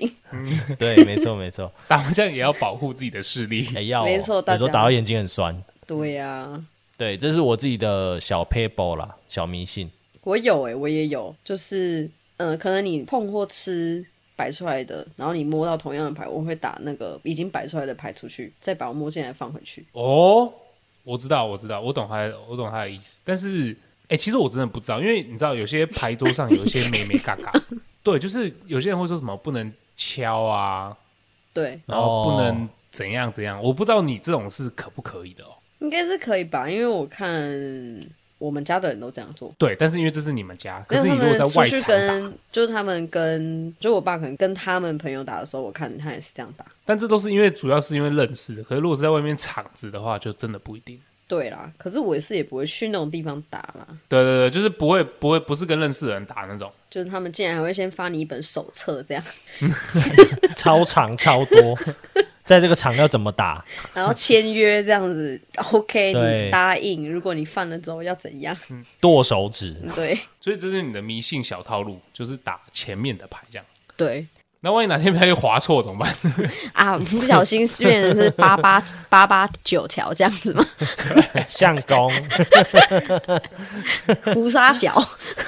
对，没错没错，
打麻将也要保护自己的视力。
哎要、哦，
没错大
有时候
家
打到眼睛很酸。
对啊呀，
对，这是我自己的小 paper 啦，小迷信。
我有诶，我也有，就是嗯、呃可能你碰或吃摆出来的，然后你摸到同样的牌，我会打那个已经摆出来的牌出去，再把我摸进来放回去。
哦，我知道，我知道，我懂他的，我懂他的意思。但是，哎、其实我真的不知道，因为你知道，有些牌桌上有一些美美 嘎嘎，对，就是有些人会说什么不能敲啊，
对，
然后不能怎样怎
哦
样，我不知道你这种是可不可以的哦。
应该是可以吧？因为我看我们家的人都这样做。
对，但是因为这是你们家，可
因
是
为
你
他
如果
们
在
出
外
去
场打，
跟，就是他们跟，就我爸可能跟他们朋友打的时候，我看他也是这样打。
但这都是因为主要是因为认识的。可是如果是在外面场子的话，就真的不一定。
对啦，可是我也是也不会去那种地方打啦。
对对对，就是不会不会不是跟认识的人打那种。
就是他们竟然还会先发你一本手册这样，
超长超 多，在这个场要怎么打？
然后签约这样子 ，OK，
对
你答应，如果你犯了之后要怎样？
剁手指，
对
所以这是你的迷信小套路，就是打前面的牌这样。
对
那万一哪天不小心划错怎么办？
啊，不小心变成是八八八八九条这样子吗？
相公，
胡沙小。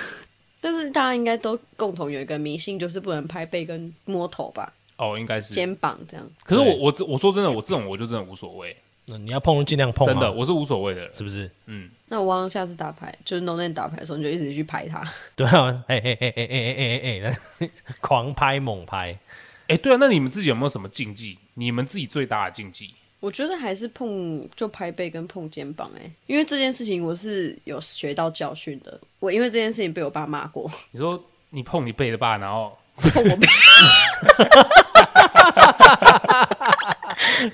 但是大家应该都共同有一个迷信，就是不能拍背跟摸头吧，
哦，应该是。
肩膀这样。
可是我
对
我我说真的，我这种我就真的无所谓，
那你要碰尽量碰、啊，
真的我是无所谓的人。
是不是？
嗯，
那我忘了下次打牌，就是 No Name 打牌的时候，你就一直去拍他。
对啊，哎哎哎哎哎哎哎哎， 狂拍猛拍，
哎、对啊，那你们自己有没有什么禁忌？你们自己最大的禁忌？
我觉得还是碰就拍背跟碰肩膀哎、欸因为这件事情我是有学到教训的。我因为这件事情被我爸骂过，
你说你碰你背的吧，然后
碰我背，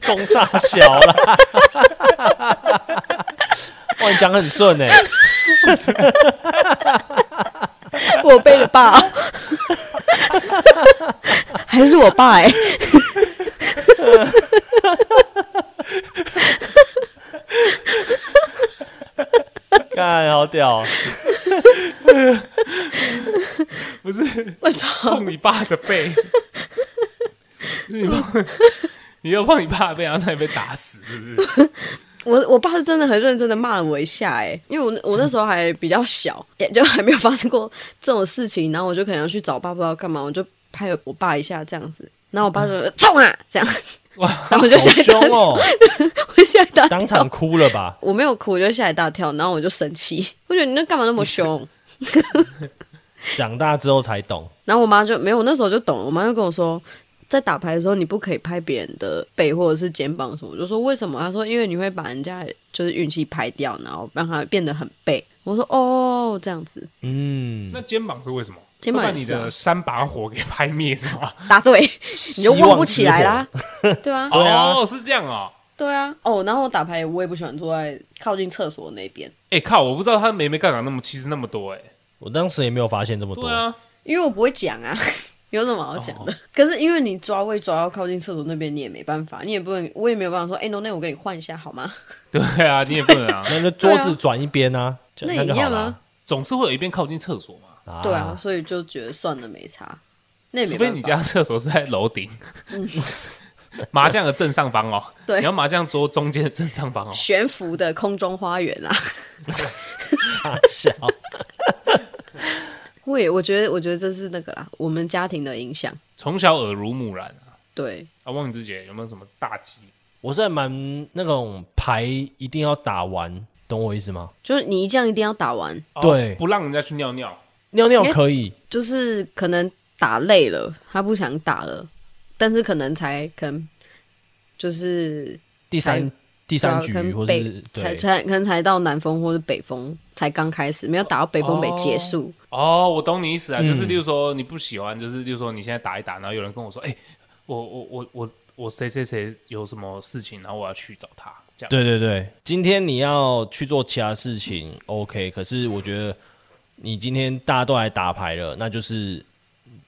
公煞小啦。 哇，你讲得很顺哎、
我背的爸，还是我爸哎、
看好屌，
不是
我操！
碰你爸的背，就是你 碰你又碰你爸的背，然后差点被打死，是不是？
我我爸是真的很认真的骂了我一下哎、欸因为我那我那时候还比较小，也就还没有发生过这种事情，然后我就可能要去找爸，不知道干嘛，我就拍我爸一下这样子，然后我爸就冲啊这样，
哇，
然后我就
好
吓一
凶
大跳，
哦，
我吓一大
当
跳。
场哭了吧？
我没有哭，我就吓一大跳，然后我就生气，我觉得你那干嘛那么凶？
长大之后才懂，
然后我妈就没有，我那时候就懂了，我妈就跟我说，在打牌的时候你不可以拍别人的背或者是肩膀什么，我就说为什么？她说因为你会把人家就是运气拍掉，然后让他变得很背。我说哦，这样 子
嗯，
那肩膀是为什么？
肩膀
会把
也
你
是啊
的三把火给拍灭是吗？
答对，你就
希望
旺不起来啦。对啊，
对啊
哦，是这样哦。
对啊。哦，然后我打牌我也不喜欢坐在靠近厕所那边，
哎、靠，我不知道他没没杠杆那么其实那么多哎、
我当时也没有发现这么多，
对啊，
因为我不会讲啊， 有什么好讲的？可是因为你抓位抓到靠近厕所那边，你也没办法，你也不能，我也没有办法说，哎、n o 那我跟你换一下好吗？
对啊，你也不能啊，
那就桌
对
子
啊
转一边啊，这
那
样
也
就
一
好
样
了
啊。
总是会有一边靠近厕所嘛。
啊
对啊，，所以就觉得算了，没差。那也
除
没
非
办
你
法。
哦
家厕所是在楼顶，麻将的正上方哦。
对
你要麻将桌中间的正上方哦。
悬浮的空中花园啊，
傻笑，
我也我觉得，我觉得这是那个啦，我们家庭的影响。
从小耳濡目染啊。
对，
啊，望子姐有没有什么大忌？
我是还蛮那种牌一定要打完，懂我意思吗？
就是你一样一定要打完，
哦
对
不让人家去尿尿。
尿尿可以，
就是可能打累了，他不想打了，但是可能才可能就是
第三第
对啊
三局
可能
或
北
是
才
对，
才可能才到南风或者北风才刚开始，
哦
没有打到北风北结束。
哦，我懂你意思啊，就是
嗯
例如说你不喜欢，就是例如说你现在打一打，然后有人跟我说，哎、我我我我我谁谁谁有什么事情，然后我要去找他，这样。
对对对，今天你要去做其他事情，OK。可是我觉得你今天大家都来打牌了，那就是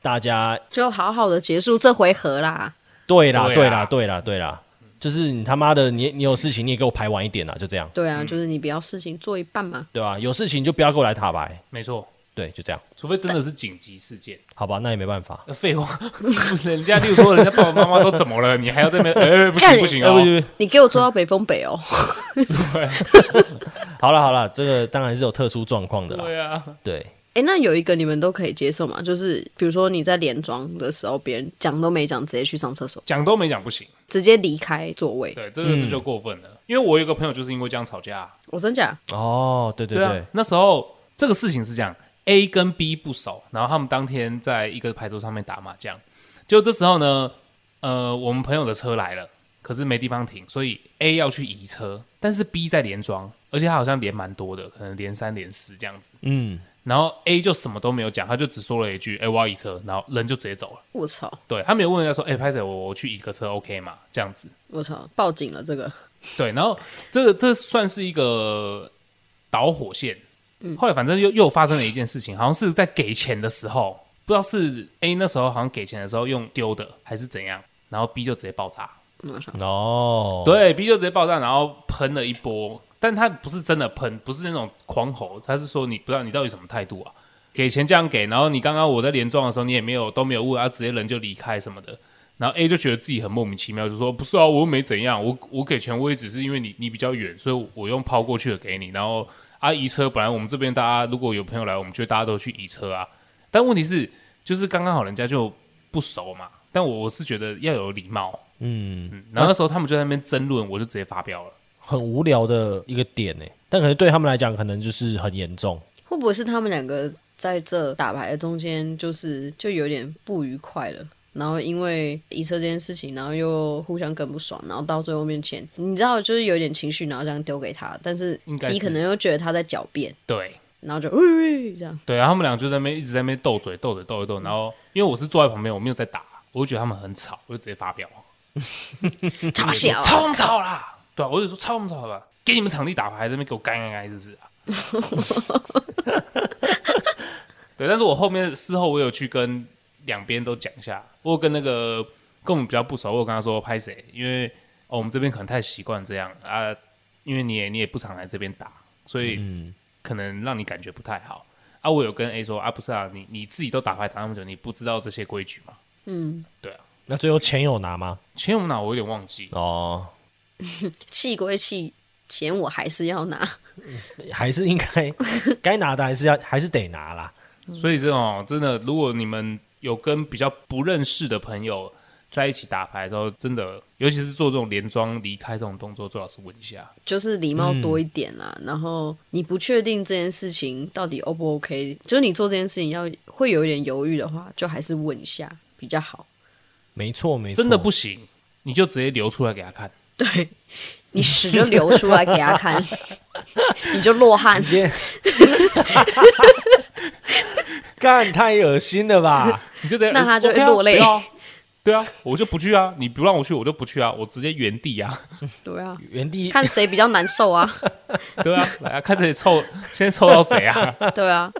大家
就好好的结束这回合啦。
对啦，
对
对
啦
啦，对啦，对啦，就是你他妈的，你你有事情你也给我排晚一点啦，就这样，
对啊，就是你不要事情做一半嘛。
对吧、啊有事情就不要给我来打牌，
没错，
对，就这样，
除非真的是紧急事件。
好吧？那也没办法。
那废话， 人家例如说人家爸爸妈妈都怎么了，你还要在那 边，哎、不行
干
不行
哎
哦
不。行不行
你给我做到北风北哦，
好了好了，这个当然是有特殊状况的啦，
对啊，
对，
哎、那有一个你们都可以接受嘛，就是比如说你在连庄的时候，别人讲都没讲，直接去上厕所，
讲都没讲不行，
直接离开座位。
对，这个这
嗯
就过分了。因为我有一个朋友就是因为这样吵架、
我真假？
哦，对对对，
啊，那时候这个事情是这样，A 跟 B 不熟，然后他们当天在一个牌桌上面打麻将，就这时候呢，呃，我们朋友的车来了，可是没地方停，所以 A 要去移车，但是 B 在连庄，而且他好像连蛮多的，可能连三连四这样子。
嗯，
然后 A 就什么都没有讲，他就只说了一句：“哎、我要移车。”然后人就直接走了。
我操，
对他没有问人家说：“哎、拍者，我我去移个车，OK 吗？”这样子。
我操，报警了这个。
对，然后这个这算是一个导火线。后来反正又又发生了一件事情，好像是在给钱的时候，不知道是 A 那时候好像给钱的时候用丢的还是怎样，然后 B 就直接爆炸。
我操，
哦，，
对，B 就直接爆炸，然后喷了一波，但他不是真的喷，不是那种狂吼，他是说你不知道你到底什么态度啊？给钱这样给，然后你刚刚我在连撞的时候，你也没有都没有问啊，直接人就离开什么的。然后 A 就觉得自己很莫名其妙，就说不是啊，我又没怎样，我我给钱我也只是因为你你比较远，所以我用抛过去的给你。然后啊，移车本来我们这边大家如果有朋友来，我们觉得大家都去移车啊。但问题是，就是刚刚好人家就不熟嘛。但我我是觉得要有礼貌，
嗯，
然后那时候他们就在那边争论，我就直接发飙了。
很无聊的一个点呢，但可能对他们来讲，可能就是很严重。
会不会是他们两个在这打牌的中间，就是就有点不愉快了？然后因为移车这件事情，然后又互相更不爽，然后到最后面前，你知道就是有点情绪，然后这样丢给他，但是
应该
你
是
可能又觉得他在狡辩，
对
然 后就呜呜这样，
对，然后他们俩就在那边一直在那边斗嘴，斗嘴，斗一斗。然后因为我是坐在旁边，我没有在打，我就觉得他们很吵，我就直接发飙，
嘲笑
超
啊，
他们嗯吵啦！对啊，我就说超他们吵了，给你们场地打牌，在那边给我干干干，是不是啊？ 对，但是我后面事后我有去跟两边都讲一下，我有跟那个跟我们比较不熟，我有跟他说拍谁，因为哦我们这边可能太习惯这样啊，因为你也你也不常来这边打，所以可能让你感觉不太好。啊，我有跟 A 说啊，不是啊，你你自己都打牌打那么久，你不知道这些规矩吗？啊
嗯，
那最后钱有拿吗？
前我们哪我有点忘记，
哦，
气归气，钱我还是要拿，
还是应该该拿的还是要还是得拿啦。
所以这种真的，如果你们有跟比较不认识的朋友在一起打牌的时候，真的，尤其是做这种连庄离开这种动作，最好是稳一下。
就是礼貌多一点啦。然后你不确定这件事情到底 O 不 OK，就是你做这件事情要会有一点犹豫的话，就还是问一下比较好。
没错，没错，
真的不行，你就直接流出来给他看。
对你屎就流出来给他 看，你就落汗
直。接干太恶心了吧？
你就直接，
那他就
我我不要
落泪
不
哦
要啊 对啊，我就不去啊！你不让我去，我就不去啊！我直接原地啊！
对啊，
原地
看谁比较难受啊？
对啊，来啊，看谁凑，先凑到谁啊！
对啊，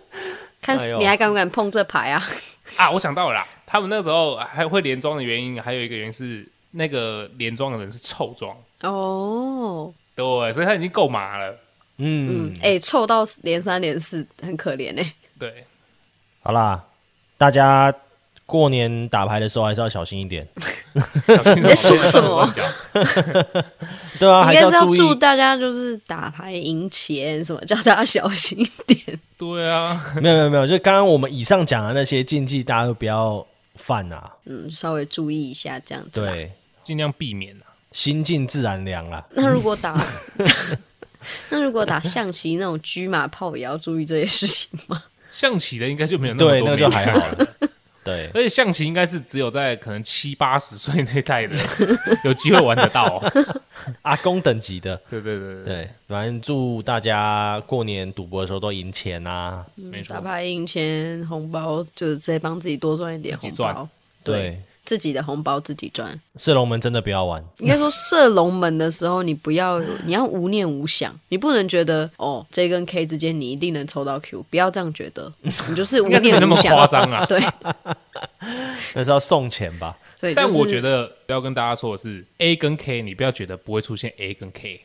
看
哎呦
你还敢不敢碰这牌啊？
啊，我想到了啦，他们那时候还会连庄的原因，还有一个原因是那个连庄的人是臭庄，
哦，
对，所以他已经够麻了。
嗯，
嗯，哎、凑到连三连四，很可怜哎、
对，
好啦，大家过年打牌的时候还是要小心一点，
你
在说什么
对啊，
应
还
该是要
注
祝
意。
大家就是打牌赢钱什么，叫大家小心 一点。
对啊，
没有没有没有，就刚刚我们以上讲的那些禁忌，大家都不要犯啊。
嗯，稍微注意一下这样子。。
对，
尽量避免啊。
心静自然凉啦。
那
嗯
如果 打，那如果打象棋那种车马炮，也要注意这些事情吗？
象棋的应该就没有那么
对，
多
那个
美
就
感，
还好 了。对，
而且象棋应该是只有在可能七八十岁那一代的有机会玩得到、 哦。
阿公等级的。
对对对对，
对，反正祝大家过年赌博的时候都赢钱啊！
没错
嗯打。牌赢钱，红包就是再帮自己多赚一点
自
红
己赚
包，
对，
自己的红包自己赚。
射龙门真的不要玩，
应该说射龙门的时候，你不要，你要无念无想，你不能觉得哦，这跟 K 之间你一定能抽到 Q，不要这样觉得，你就是无
应该是没
念
那么
无
夸
想。
张啊，
对
那是要送钱吧？
对，
但我觉
得
得要跟大家说的是，A 跟 K，你不要觉得不会出现 A 跟 K，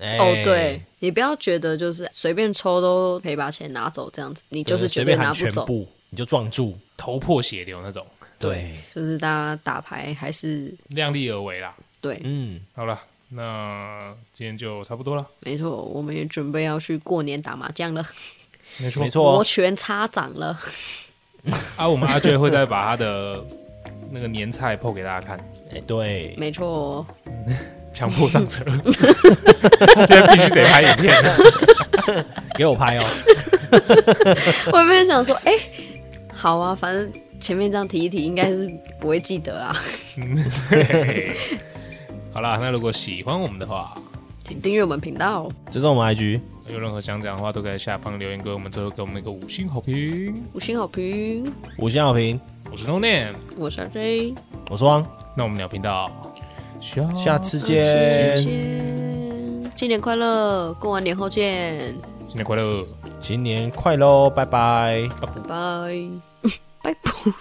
哎
哦，对，，你不要觉得就是随便抽都可以把钱拿走这样子，你就是
随
绝
便
拿
喊
不
全
走。
部你就撞住。
头破血流那种，
对，
就是大家打牌还是
量力而为啦。
对，
嗯，
好了，那今天就差不多了，
没错，我们也准备要去过年打麻将了，
没错
没
摩
错，啊
拳擦掌了。
啊，我们阿娟会再把他的那个年菜剖给大家看，
哎，对，
没错，哦
强迫上 车，现在必须得拍影片了。
给我拍哦。
我原本想说，哎、好啊，反正前面这样提一提，应该是不会记得啊。
好啦，那如果喜欢我们的话，
请订阅我们频道。
这是我们 IG，
有任何想讲的话，都可以在下方留言给我们，最后给我们一个五星好评。
五星好评，
五星好评，
我是 No Name，
我是 J，
我是汪，
那我们聊频道，下
下次见，
见，新年快乐，过完年后见，
新年快乐。
新年快乐，拜拜。
拜拜，拜拜。